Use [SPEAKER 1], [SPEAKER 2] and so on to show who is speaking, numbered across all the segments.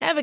[SPEAKER 1] Ever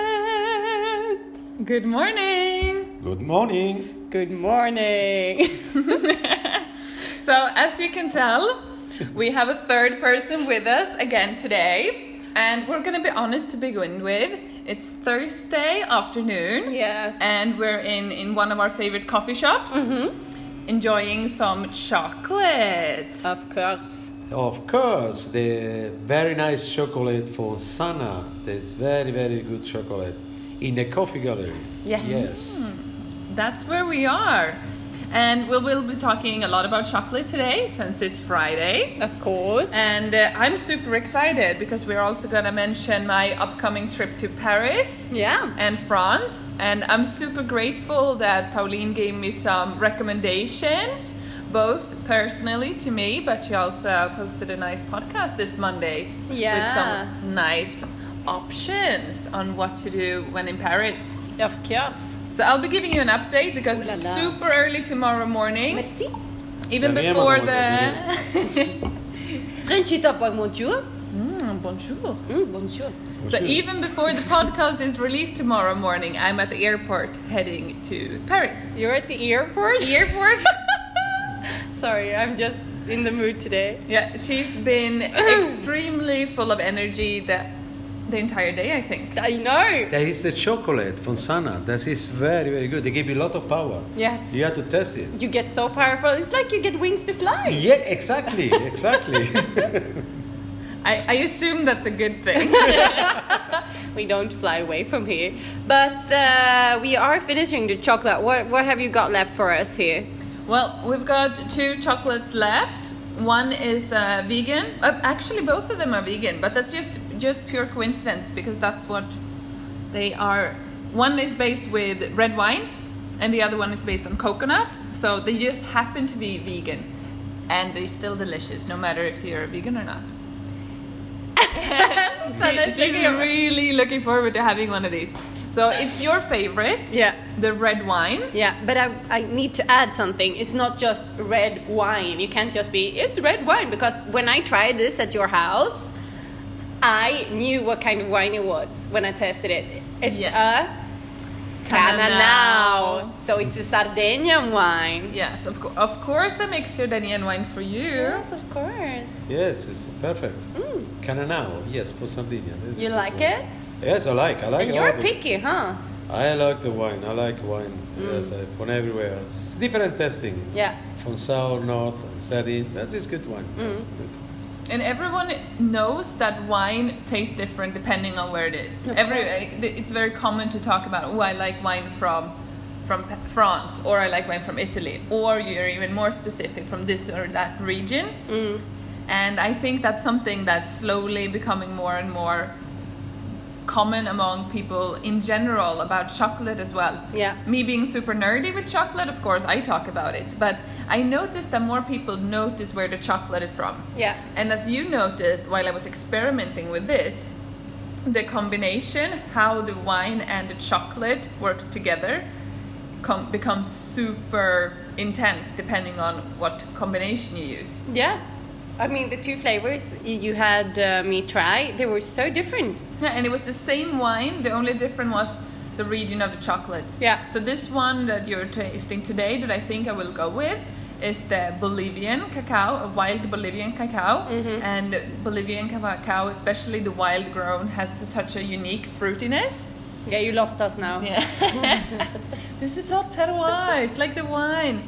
[SPEAKER 2] Morgonpratet! Good morning!
[SPEAKER 3] Good morning.
[SPEAKER 2] Good morning! so, as you can tell, we have a third person with us again today, and we're gonna be honest to begin with. It's Thursday afternoon.
[SPEAKER 4] Yes.
[SPEAKER 2] And we're in, in one of our favorite coffee shops, Mm-hmm. enjoying some chocolate.
[SPEAKER 4] Of course.
[SPEAKER 3] Of course, the very nice chocolate for Sana. There's very, very good chocolate in the coffee gallery.
[SPEAKER 4] Yes. Hmm.
[SPEAKER 3] Yes.
[SPEAKER 2] That's where we are. And we will be talking a lot about chocolate today since it's Friday.
[SPEAKER 4] Of course.
[SPEAKER 2] And uh, I'm super excited because we're also going to mention my upcoming trip to Paris
[SPEAKER 4] yeah.
[SPEAKER 2] and France. And I'm super grateful that Pauline gave me some recommendations, both personally to me, but she also posted a nice podcast this Monday with
[SPEAKER 4] Yeah.
[SPEAKER 2] some nice options on what to do when in Paris.
[SPEAKER 4] Of course.
[SPEAKER 2] So I'll be giving you an update because
[SPEAKER 4] Ooh la
[SPEAKER 2] it's
[SPEAKER 4] la.
[SPEAKER 2] super early tomorrow morning.
[SPEAKER 4] Merci.
[SPEAKER 2] Even
[SPEAKER 3] Rien,
[SPEAKER 2] before the
[SPEAKER 3] mademoiselle.
[SPEAKER 4] Frenchy top of bonjour.
[SPEAKER 2] Mm, bonjour.
[SPEAKER 4] Mm, bonjour.
[SPEAKER 2] So even before the podcast is released tomorrow morning, I'm at the airport heading to Paris.
[SPEAKER 4] You're at the airport?
[SPEAKER 2] Airport.
[SPEAKER 4] Sorry, I'm just in the mood today.
[SPEAKER 2] yeah, she's been extremely full of energy the the entire day. I think.
[SPEAKER 4] I know.
[SPEAKER 3] There is the chocolate from Sana. That is very, very good. They give you a lot of power.
[SPEAKER 4] Yes.
[SPEAKER 3] You have to test it.
[SPEAKER 4] You get so powerful. It's like you get wings to fly.
[SPEAKER 3] Yeah, exactly, exactly.
[SPEAKER 2] I, I assume that's a good thing.
[SPEAKER 4] We don't fly away from here. But uh, we are finishing the chocolate. What, what have you got left for us here?
[SPEAKER 2] Well, we've got two chocolates left. One is uh, vegan. Uh, actually, both of them are vegan, but that's just just pure coincidence because that's what they are. One is based with red wine, and the other one is based on coconut. So they just happen to be vegan, and they're still delicious, no matter if you're vegan or not.
[SPEAKER 4] that's
[SPEAKER 2] She's
[SPEAKER 4] vegan.
[SPEAKER 2] really looking forward to having one of these. So it's your favorite,
[SPEAKER 4] Yeah.
[SPEAKER 2] the red wine.
[SPEAKER 4] Yeah, but I, I need to add something. It's not just red wine. You can't just be, it's red wine. Because when I tried this at your house, I knew what kind of wine it was when I tested it. It's
[SPEAKER 2] Yes.
[SPEAKER 4] a Cananao. So it's a Sardinian wine.
[SPEAKER 2] Yes, of, co- of course I make Sardinian wine for you.
[SPEAKER 4] Yes, of course.
[SPEAKER 3] yes, it's perfect. Cananao, yes, for Sardinia. This
[SPEAKER 4] Mm. You
[SPEAKER 3] is
[SPEAKER 4] like
[SPEAKER 3] good.
[SPEAKER 4] it?
[SPEAKER 3] Yes, I like. I like
[SPEAKER 4] And
[SPEAKER 3] a lot
[SPEAKER 4] you're
[SPEAKER 3] of-
[SPEAKER 4] picky, huh?
[SPEAKER 3] I like the wine. I like wine. Yes,
[SPEAKER 4] Mm.
[SPEAKER 3] I, from everywhere else. It's different testing.
[SPEAKER 4] Yeah.
[SPEAKER 3] From south, north, setting. That is good
[SPEAKER 4] Mm.
[SPEAKER 3] wine. Yes, good.
[SPEAKER 2] And everyone knows that wine tastes different depending on where it is.
[SPEAKER 4] Of
[SPEAKER 2] Every,
[SPEAKER 4] course.
[SPEAKER 2] like, th- it's very common to talk about, oh, I like wine from from P- France, or I like wine from Italy, or you're even more specific from this or that region.
[SPEAKER 4] Mm.
[SPEAKER 2] And I think that's something that's slowly becoming more and more common among people in general about chocolate as well.
[SPEAKER 4] Yeah.
[SPEAKER 2] Me being super nerdy with chocolate, of course, I talk about it, but I noticed that more people notice where the chocolate is from.
[SPEAKER 4] Yeah.
[SPEAKER 2] And as you noticed while I was experimenting with this, the combination, how the wine and the chocolate works together, com- becomes super intense depending on what combination you use.
[SPEAKER 4] Yes. I mean, the two flavors y- you had uh, me try, they were so different.
[SPEAKER 2] Yeah, and it was the same wine. The only difference was the region of the chocolate.
[SPEAKER 4] Yeah.
[SPEAKER 2] So this one that you're tasting today, that I think I will go with, is the Bolivian cacao, a wild Bolivian cacao, and Bolivian cacao, especially the wild grown, has such a unique fruitiness.
[SPEAKER 4] Yeah, you lost us now.
[SPEAKER 2] This is all terroir. It's like the wine.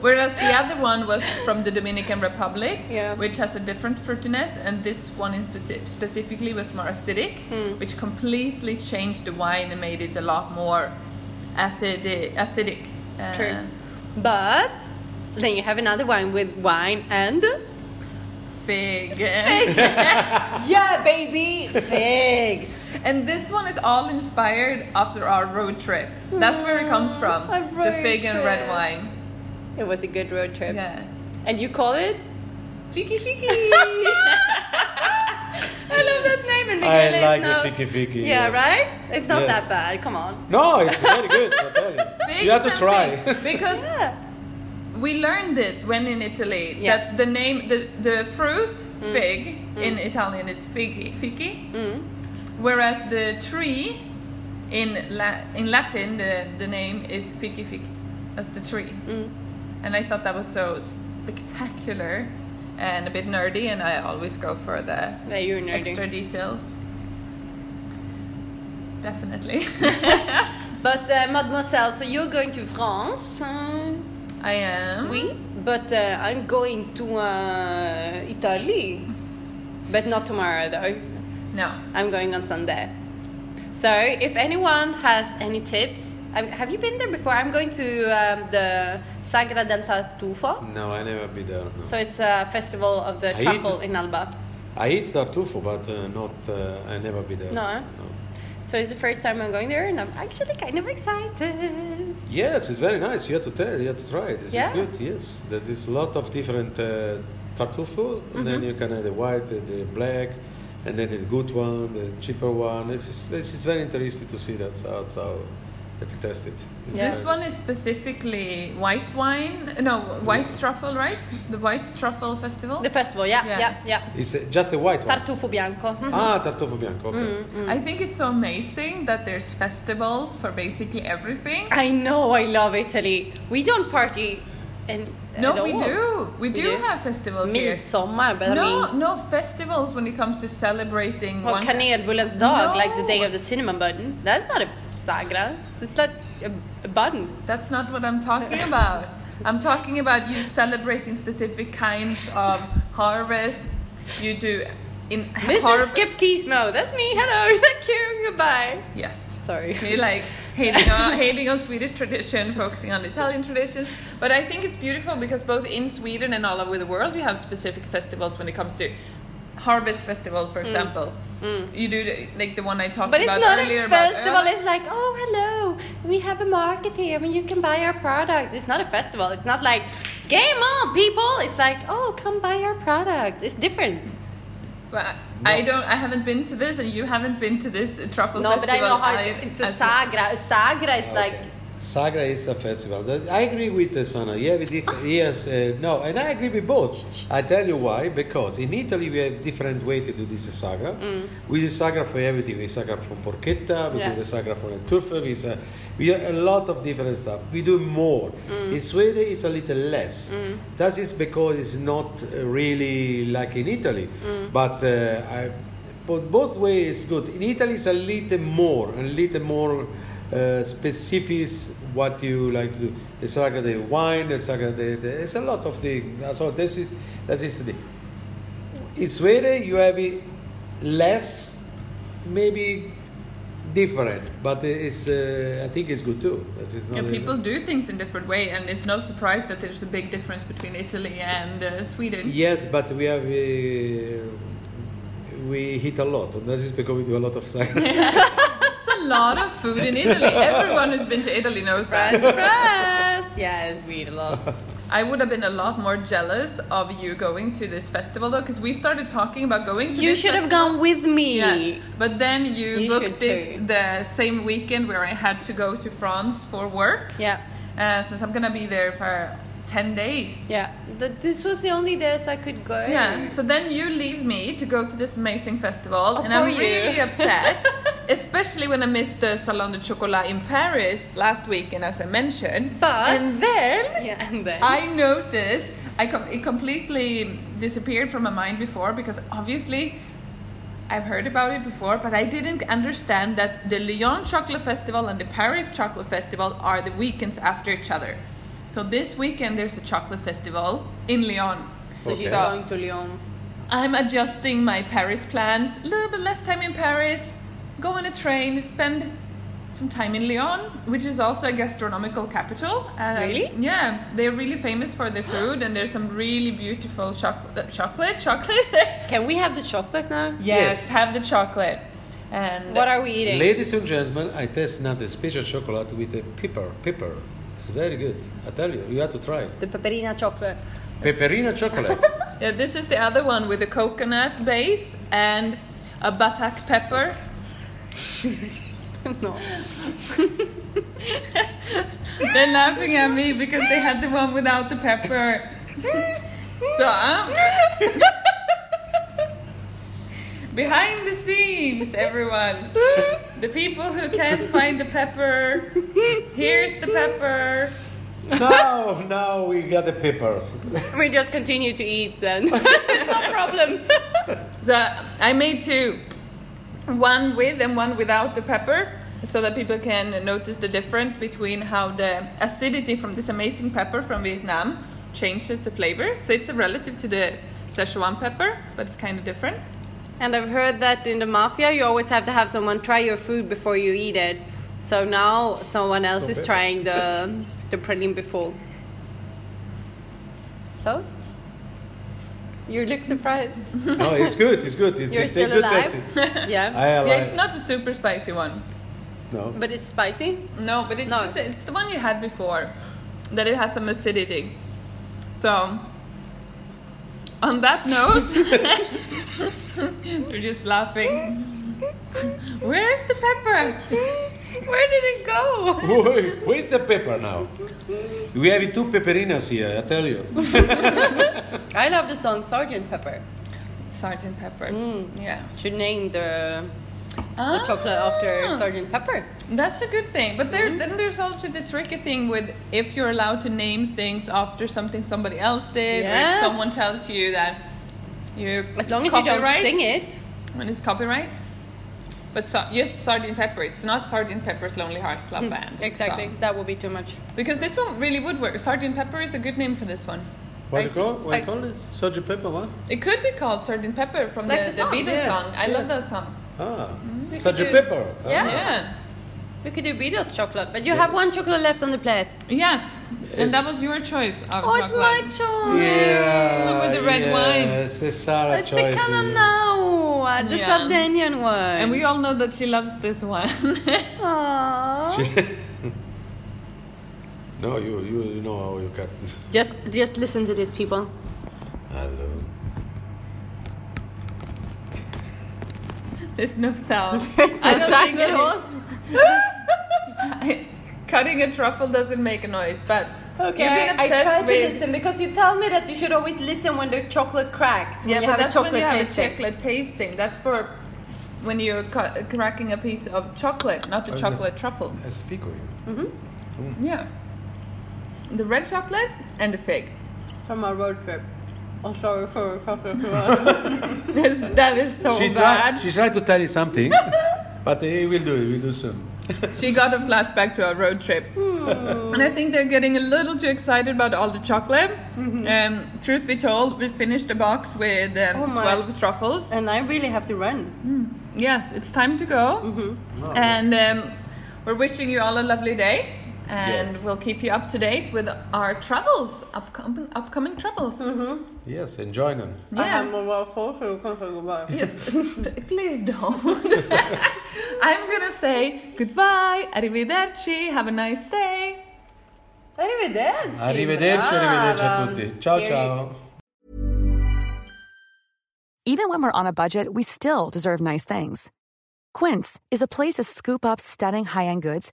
[SPEAKER 2] Whereas the other one was from the Dominican Republic,
[SPEAKER 4] Yeah.
[SPEAKER 2] which has a different fruitiness, and this one in speci- specifically was more acidic,
[SPEAKER 4] Hmm.
[SPEAKER 2] which completely changed the wine and made it a lot more acidi- acidic. Uh,
[SPEAKER 4] True. But then you have another wine with wine and
[SPEAKER 2] Fig.
[SPEAKER 4] yeah, baby, figs.
[SPEAKER 2] and this one is all inspired after our road trip. That's where it comes from.
[SPEAKER 4] a
[SPEAKER 2] The
[SPEAKER 4] road
[SPEAKER 2] fig and red
[SPEAKER 4] trip.
[SPEAKER 2] wine.
[SPEAKER 4] It was a good road trip.
[SPEAKER 2] Yeah.
[SPEAKER 4] And you call it?
[SPEAKER 2] Fiki fiki.
[SPEAKER 4] I love that name. And
[SPEAKER 3] I
[SPEAKER 4] Michele is
[SPEAKER 3] like the
[SPEAKER 4] now-
[SPEAKER 3] Fiki Fiki,
[SPEAKER 4] Yeah,
[SPEAKER 3] yes.
[SPEAKER 4] right. It's not
[SPEAKER 3] Yes.
[SPEAKER 4] that bad. Come on.
[SPEAKER 3] No, it's very good. I tell you.
[SPEAKER 2] Figs
[SPEAKER 3] you have to
[SPEAKER 2] and
[SPEAKER 3] try.
[SPEAKER 2] fig. because
[SPEAKER 4] Yeah.
[SPEAKER 2] we learned this when in Italy
[SPEAKER 4] Yeah. Mm.
[SPEAKER 2] that the name the, the fruit fig in Italian is fighi, fighi whereas the tree in La- in Latin the, the name is fighi fighi as the tree
[SPEAKER 4] Mm.
[SPEAKER 2] and I thought that was so spectacular and a bit nerdy and I always go for the
[SPEAKER 4] Yeah, you're nerdy.
[SPEAKER 2] extra details definitely
[SPEAKER 4] But uh, mademoiselle, so you're going to France? um,
[SPEAKER 2] I am
[SPEAKER 4] Oui, but uh, I'm going to uh, Italy. But not tomorrow though.
[SPEAKER 2] no
[SPEAKER 4] I'm going on Sunday. So if anyone has any tips, I, have you been there before? I'm going to um, the Sagra del Tartufo.
[SPEAKER 3] No, I never be there. No.
[SPEAKER 4] So it's a festival of the
[SPEAKER 3] I eat-
[SPEAKER 4] truffle in Alba.
[SPEAKER 3] I eat tartufo, but uh, not. Uh, I never be there.
[SPEAKER 4] No, eh? So it's the first time I'm going there, and I'm actually kind of excited.
[SPEAKER 3] Yes, it's very nice. You have to tell. You have to try. This
[SPEAKER 4] Yeah?
[SPEAKER 3] is good. Yes, there is a lot of different uh, tartufo. And
[SPEAKER 4] Mm-hmm.
[SPEAKER 3] then you can have the white, uh, the black, and then the good one, the cheaper one. This is this is very interesting to see that's how it's how it test it. It's
[SPEAKER 2] This
[SPEAKER 3] very-
[SPEAKER 2] one is specifically white wine, no, white truffle, right? The white truffle festival.
[SPEAKER 4] Mm. The festival, yeah,
[SPEAKER 2] Yeah.
[SPEAKER 4] yeah, yeah.
[SPEAKER 3] It's uh, just the white one.
[SPEAKER 4] Tartufo bianco. Mhm.
[SPEAKER 3] Ah, tartufo bianco. Okay.
[SPEAKER 4] Mm.
[SPEAKER 2] I think it's so amazing that there's festivals for basically everything.
[SPEAKER 4] I know, I love Italy. We don't party, and
[SPEAKER 2] No, we do. We do
[SPEAKER 4] do?
[SPEAKER 2] have festivals here.
[SPEAKER 4] Midsummer, but I
[SPEAKER 2] No,
[SPEAKER 4] mean,
[SPEAKER 2] no festivals when it comes to celebrating
[SPEAKER 4] Well,
[SPEAKER 2] one.
[SPEAKER 4] Kanelbullens dag, like the day
[SPEAKER 2] No.
[SPEAKER 4] of the cinnamon bun. That's not a sagra. It's not a, a bun.
[SPEAKER 2] That's not what I'm talking about. I'm talking about you celebrating specific kinds of harvest. You do in
[SPEAKER 4] This is
[SPEAKER 2] harv-
[SPEAKER 4] Skip Tismo. That's me. Hello. Thank you. Goodbye.
[SPEAKER 2] Yes.
[SPEAKER 4] Sorry.
[SPEAKER 2] you like hating on, hating on Swedish tradition, focusing on Italian traditions. But I think it's beautiful because both in Sweden and all over the world, you have specific festivals when it comes to harvest festival, for example. You do the- like the one I talked
[SPEAKER 4] Mm. But it's
[SPEAKER 2] about
[SPEAKER 4] not
[SPEAKER 2] earlier.
[SPEAKER 4] a
[SPEAKER 2] about
[SPEAKER 4] festival.
[SPEAKER 2] Öland.
[SPEAKER 4] It's like, oh, hello. We have a market here where you can buy our products. It's not a festival. It's not like, game on, people. It's like, oh, come buy our product. It's different.
[SPEAKER 2] But I- I don't. I haven't been to this, and you haven't been to this truffle
[SPEAKER 4] No, but I
[SPEAKER 2] festival.
[SPEAKER 4] know how it's, it's a
[SPEAKER 2] as well.
[SPEAKER 4] sagra. A sagra is like,
[SPEAKER 3] Sagra is a festival. That- I agree with uh, Sana. You have a diff- yes, uh, no, and I agree with both. I tell you why. Because in Italy we have different way to do this Sagra. We do Sagra for everything. We Sagra for porchetta. We do
[SPEAKER 4] Yes.
[SPEAKER 3] the Sagra for entufa. We, sa- uh, we have a lot of different stuff. We do more. In Sweden it's a little less. That is because it's not uh, really like in Italy. But uh, I, but both ways good. In Italy it's a little more, a little more uh, specifics what you like to do. The saga the wine, the saga the, the it's a lot of things. So this is that is the in Sweden you have it less, maybe different, but it's uh, I think it's good too. That is not
[SPEAKER 2] Yeah, people do things in different way, and it's no surprise that there's a big difference between Italy and uh, Sweden.
[SPEAKER 3] Yes, but we have uh, we hit a lot. And that is because we do a lot of saga.
[SPEAKER 2] It's a lot of food in Italy. Everyone who's been to Italy knows that.
[SPEAKER 4] yes, yes, we eat a lot.
[SPEAKER 2] I would have been a lot more jealous of you going to this festival though, because we started talking about going. to
[SPEAKER 4] You
[SPEAKER 2] this
[SPEAKER 4] should have
[SPEAKER 2] festival.
[SPEAKER 4] gone with me.
[SPEAKER 2] Yes, but then you,
[SPEAKER 4] You
[SPEAKER 2] booked
[SPEAKER 4] should too.
[SPEAKER 2] it the same weekend where I had to go to France for work.
[SPEAKER 4] Yeah.
[SPEAKER 2] Uh, since I'm gonna be there for ten days.
[SPEAKER 4] Yeah, but this was the only days I could go.
[SPEAKER 2] Yeah. So then you leave me to go to this amazing festival,
[SPEAKER 4] Oh,
[SPEAKER 2] and I'm
[SPEAKER 4] poor you.
[SPEAKER 2] really upset. Especially when I missed the Salon de Chocolat in Paris last weekend, as I mentioned.
[SPEAKER 4] But-
[SPEAKER 2] and then
[SPEAKER 4] Yeah, and then
[SPEAKER 2] I noticed I com- it completely disappeared from my mind before because obviously I've heard about it before, but I didn't understand that the Lyon Chocolate Festival and the Paris Chocolate Festival are the weekends after each other. So this weekend there's a chocolate festival in Lyon.
[SPEAKER 4] so she's
[SPEAKER 2] So-
[SPEAKER 4] going to Lyon.
[SPEAKER 2] I'm adjusting my Paris plans. A little bit less time in Paris. Go on a train. Spend some time in Lyon, which is also a gastronomical capital. Uh,
[SPEAKER 4] Really?
[SPEAKER 2] Yeah, they're really famous for their food, and there's some really beautiful chocolate, chocolate, chocolate.
[SPEAKER 4] Can we have the chocolate now?
[SPEAKER 3] Yes.
[SPEAKER 2] have the chocolate. And
[SPEAKER 4] What are we eating?
[SPEAKER 3] Ladies and gentlemen, I taste now the special chocolate with a pepper. Pepper. It's very good. I tell you, you have to try.
[SPEAKER 4] The peperina chocolate.
[SPEAKER 3] Pepperina chocolate.
[SPEAKER 2] Yeah, this is the other one with a coconut base and a batak pepper.
[SPEAKER 4] no.
[SPEAKER 2] They're laughing at me because they had the one without the pepper. So uh, I'm behind the scenes, everyone. The people who can't find the pepper, here's the pepper.
[SPEAKER 3] now, now we got the peppers.
[SPEAKER 4] We just continue to eat then. no problem.
[SPEAKER 2] So I made two, one with and one without the pepper, so that people can notice the difference between how the acidity from this amazing pepper from Vietnam changes the flavor. So it's relative to the Szechuan pepper, but it's kind of different.
[SPEAKER 4] And I've heard that in the mafia, you always have to have someone try your food before you eat it. So now someone else
[SPEAKER 3] So
[SPEAKER 4] is
[SPEAKER 3] bad.
[SPEAKER 4] trying the the praline before. So you look surprised.
[SPEAKER 3] No, it's good. It's good. It's,
[SPEAKER 4] You're
[SPEAKER 3] it's
[SPEAKER 4] still
[SPEAKER 3] a good
[SPEAKER 4] alive.
[SPEAKER 3] tasting.
[SPEAKER 4] yeah,
[SPEAKER 3] I
[SPEAKER 2] Yeah,
[SPEAKER 3] alive.
[SPEAKER 2] it's not a super spicy one.
[SPEAKER 3] no.
[SPEAKER 4] but it's spicy.
[SPEAKER 2] No, but it's,
[SPEAKER 4] No.
[SPEAKER 2] the, sa- it's the one you had before. That it has some acidity. So, on that note, we're just laughing. Where's the pepper? Where did it go?
[SPEAKER 3] Wait, Where's the pepper now? We have two pepperinas here, I tell you.
[SPEAKER 4] I love the song Sergeant Pepper.
[SPEAKER 2] Sergeant Pepper. Yeah.
[SPEAKER 4] Mm. Should name the the chocolate after Mm-hmm. Sergeant Pepper.
[SPEAKER 2] Ah, That's a good thing. But there, then there's also the tricky thing with if you're allowed to name things after something somebody else did, or if
[SPEAKER 4] Yes.
[SPEAKER 2] someone tells you that you
[SPEAKER 4] As long as you don't sing it.
[SPEAKER 2] when it's copyright. But so, just Sardine Pepper. It's not Sardine Pepper's Lonely Heart Club Band.
[SPEAKER 4] Exactly.
[SPEAKER 2] so-
[SPEAKER 4] That would be too much.
[SPEAKER 2] Because this one really would work. Sardine Pepper is a good name for this one.
[SPEAKER 3] What
[SPEAKER 4] I
[SPEAKER 3] you
[SPEAKER 4] see-
[SPEAKER 3] call? What
[SPEAKER 4] I-
[SPEAKER 3] you call this? Sergeant Pepper? What?
[SPEAKER 2] It could be called Sardine Pepper from the,
[SPEAKER 4] Like the
[SPEAKER 2] the
[SPEAKER 4] song,
[SPEAKER 2] Beatles
[SPEAKER 3] yes,
[SPEAKER 2] song. I love
[SPEAKER 3] yeah.
[SPEAKER 2] that song.
[SPEAKER 3] Ah,
[SPEAKER 4] could
[SPEAKER 3] Sergeant
[SPEAKER 4] do-
[SPEAKER 3] Pepper. Ah.
[SPEAKER 2] Yeah.
[SPEAKER 4] We could do Beatles chocolate, but you have one chocolate left on the plate.
[SPEAKER 2] Yes. And
[SPEAKER 3] Is-
[SPEAKER 2] that was your choice of
[SPEAKER 4] Oh, it's my
[SPEAKER 2] chocolate.
[SPEAKER 4] chocolate.
[SPEAKER 3] Yeah.
[SPEAKER 2] Look with the red wine.
[SPEAKER 3] Yes, the Sarah
[SPEAKER 4] It's
[SPEAKER 3] choice.
[SPEAKER 4] the canon now, the
[SPEAKER 2] Yeah.
[SPEAKER 4] Sardinian one.
[SPEAKER 2] And we all know that she loves this one.
[SPEAKER 4] Aww.
[SPEAKER 3] No, you, you, you know how you cut this.
[SPEAKER 4] just just listen to these people.
[SPEAKER 3] Hello.
[SPEAKER 2] There's no sound.
[SPEAKER 4] There's no
[SPEAKER 2] I don't
[SPEAKER 4] sound
[SPEAKER 2] think
[SPEAKER 4] at
[SPEAKER 2] it-
[SPEAKER 4] all.
[SPEAKER 2] I- Cutting a truffle doesn't make a noise, but you've been
[SPEAKER 4] I
[SPEAKER 2] obsessed
[SPEAKER 4] try to
[SPEAKER 2] with-
[SPEAKER 4] listen because you tell me that you should always listen when the chocolate cracks. When
[SPEAKER 2] Yeah,
[SPEAKER 4] you
[SPEAKER 2] but
[SPEAKER 4] have
[SPEAKER 2] that's
[SPEAKER 4] a chocolate
[SPEAKER 2] when you have
[SPEAKER 4] tasting.
[SPEAKER 2] a chocolate tasting. That's for when you're cu- uh, cracking a piece of chocolate, not a
[SPEAKER 3] Isn't Oh, it?
[SPEAKER 2] chocolate truffle.
[SPEAKER 3] That's fico. here.
[SPEAKER 2] Yeah. The red chocolate and the fig.
[SPEAKER 4] From a road trip. I'm sorry for chocolate.
[SPEAKER 2] That's- that is so
[SPEAKER 3] She tried,
[SPEAKER 2] Oh, bad.
[SPEAKER 3] she tried to tell you something, but he will do it. We'll do soon.
[SPEAKER 2] She got a flashback to a road trip.
[SPEAKER 4] Hmm.
[SPEAKER 2] And I think they're getting a little too excited about all the chocolate.
[SPEAKER 4] Mm-hmm.
[SPEAKER 2] Um, truth be told, we finished the box with um,
[SPEAKER 4] Oh my.
[SPEAKER 2] 12 truffles.
[SPEAKER 4] and I really have to run.
[SPEAKER 2] Yes, it's time to go.
[SPEAKER 4] Mm-hmm. Oh,
[SPEAKER 2] And um, we're wishing you all a lovely day. And
[SPEAKER 3] Yes.
[SPEAKER 2] we'll keep you up to date with our travels, upcoming, upcoming travels.
[SPEAKER 3] Yes, enjoy them.
[SPEAKER 4] Mm-hmm. I have
[SPEAKER 2] Yeah.
[SPEAKER 4] more well for so you can't say goodbye.
[SPEAKER 2] Yes, p- please don't. I'm going to say goodbye, arrivederci, have a nice day.
[SPEAKER 4] Arrivederci.
[SPEAKER 3] Arrivederci, arrivederci a tutti. Ciao,
[SPEAKER 4] Here you
[SPEAKER 3] ciao.
[SPEAKER 5] Even when we're on a budget, we still deserve nice things. Quince is a place to scoop up stunning high end goods